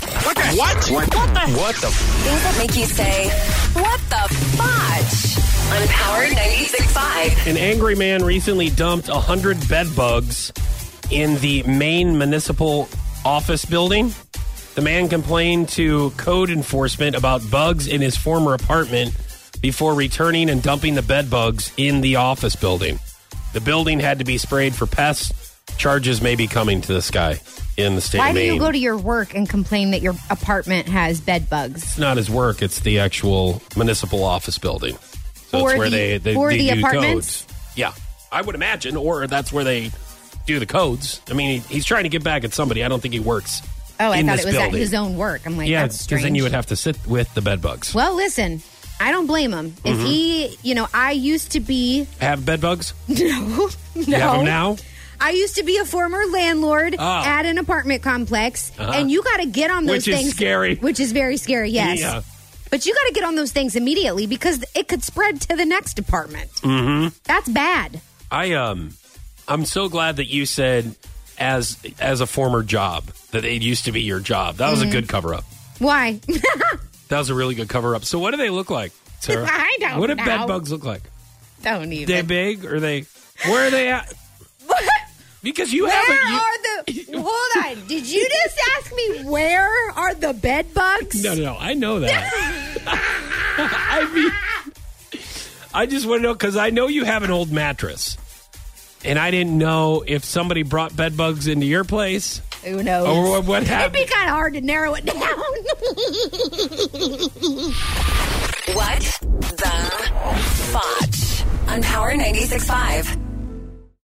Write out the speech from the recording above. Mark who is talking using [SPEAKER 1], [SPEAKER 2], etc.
[SPEAKER 1] What?
[SPEAKER 2] What?
[SPEAKER 1] What the? F-
[SPEAKER 3] Things that make you say, what the fudge? On Power 96.5.
[SPEAKER 1] An angry man recently dumped a hundred bed bugs in the main municipal office building. The man complained to code enforcement about bugs in his former apartment before returning and dumping the bed bugs in the office building. The building had to be sprayed for pests. Charges may be coming to this guy in the state
[SPEAKER 4] Why
[SPEAKER 1] of
[SPEAKER 4] do
[SPEAKER 1] Maine.
[SPEAKER 4] you go to your work and complain that your apartment has bed bugs?
[SPEAKER 1] it's not his work; it's the actual municipal office building. So
[SPEAKER 4] Or
[SPEAKER 1] it's where
[SPEAKER 4] the-
[SPEAKER 1] they they,
[SPEAKER 4] or
[SPEAKER 1] they
[SPEAKER 4] the
[SPEAKER 1] do
[SPEAKER 4] apartments?
[SPEAKER 1] codes. Yeah, I would imagine, or that's where they do the codes. I mean, he, he's trying to get back at somebody. I don't think he works.
[SPEAKER 4] Oh, I
[SPEAKER 1] in
[SPEAKER 4] thought
[SPEAKER 1] this
[SPEAKER 4] it was
[SPEAKER 1] building.
[SPEAKER 4] at his own work. I'm like,
[SPEAKER 1] Yeah,
[SPEAKER 4] that's
[SPEAKER 1] because
[SPEAKER 4] strange.
[SPEAKER 1] then you would have to sit with the bed bugs.
[SPEAKER 4] well, listen, I don't blame him. If
[SPEAKER 1] Mm-hmm.
[SPEAKER 4] he, you know, I used to be
[SPEAKER 1] Have bed bugs?
[SPEAKER 4] no, no.
[SPEAKER 1] You have them now?
[SPEAKER 4] I used to be a former landlord
[SPEAKER 1] Ah.
[SPEAKER 4] at an apartment complex,
[SPEAKER 1] Uh-huh.
[SPEAKER 4] and you got to get on those
[SPEAKER 1] Which is
[SPEAKER 4] things.
[SPEAKER 1] scary.
[SPEAKER 4] Which is very scary. Yes.
[SPEAKER 1] Yeah.
[SPEAKER 4] But you got to get on those things immediately because it could spread to the next apartment. Mm-hmm. That's bad.
[SPEAKER 1] I um, I'm so glad that you said as as a former job that it used to be your job. That was
[SPEAKER 4] Mm-hmm.
[SPEAKER 1] a good cover up.
[SPEAKER 4] Why?
[SPEAKER 1] That was a really good cover up. So what do they look like, Sarah?
[SPEAKER 4] I don't
[SPEAKER 1] What do
[SPEAKER 4] know.
[SPEAKER 1] bed bugs look like?
[SPEAKER 4] don't even.
[SPEAKER 1] they big? Or they? Where are they at? Because you
[SPEAKER 4] Where
[SPEAKER 1] haven't. you-
[SPEAKER 4] are the? Hold on. Did you just ask me where are the bed bugs?
[SPEAKER 1] no, no, no. I know that. I mean, I just want to know because I know you have an old mattress, and I didn't know if somebody brought bed bugs into your place
[SPEAKER 4] Who knows?
[SPEAKER 1] or what- what
[SPEAKER 4] It'd be
[SPEAKER 1] happened.
[SPEAKER 4] kind of hard to narrow it down.
[SPEAKER 3] What the fudge? On Power 96.5.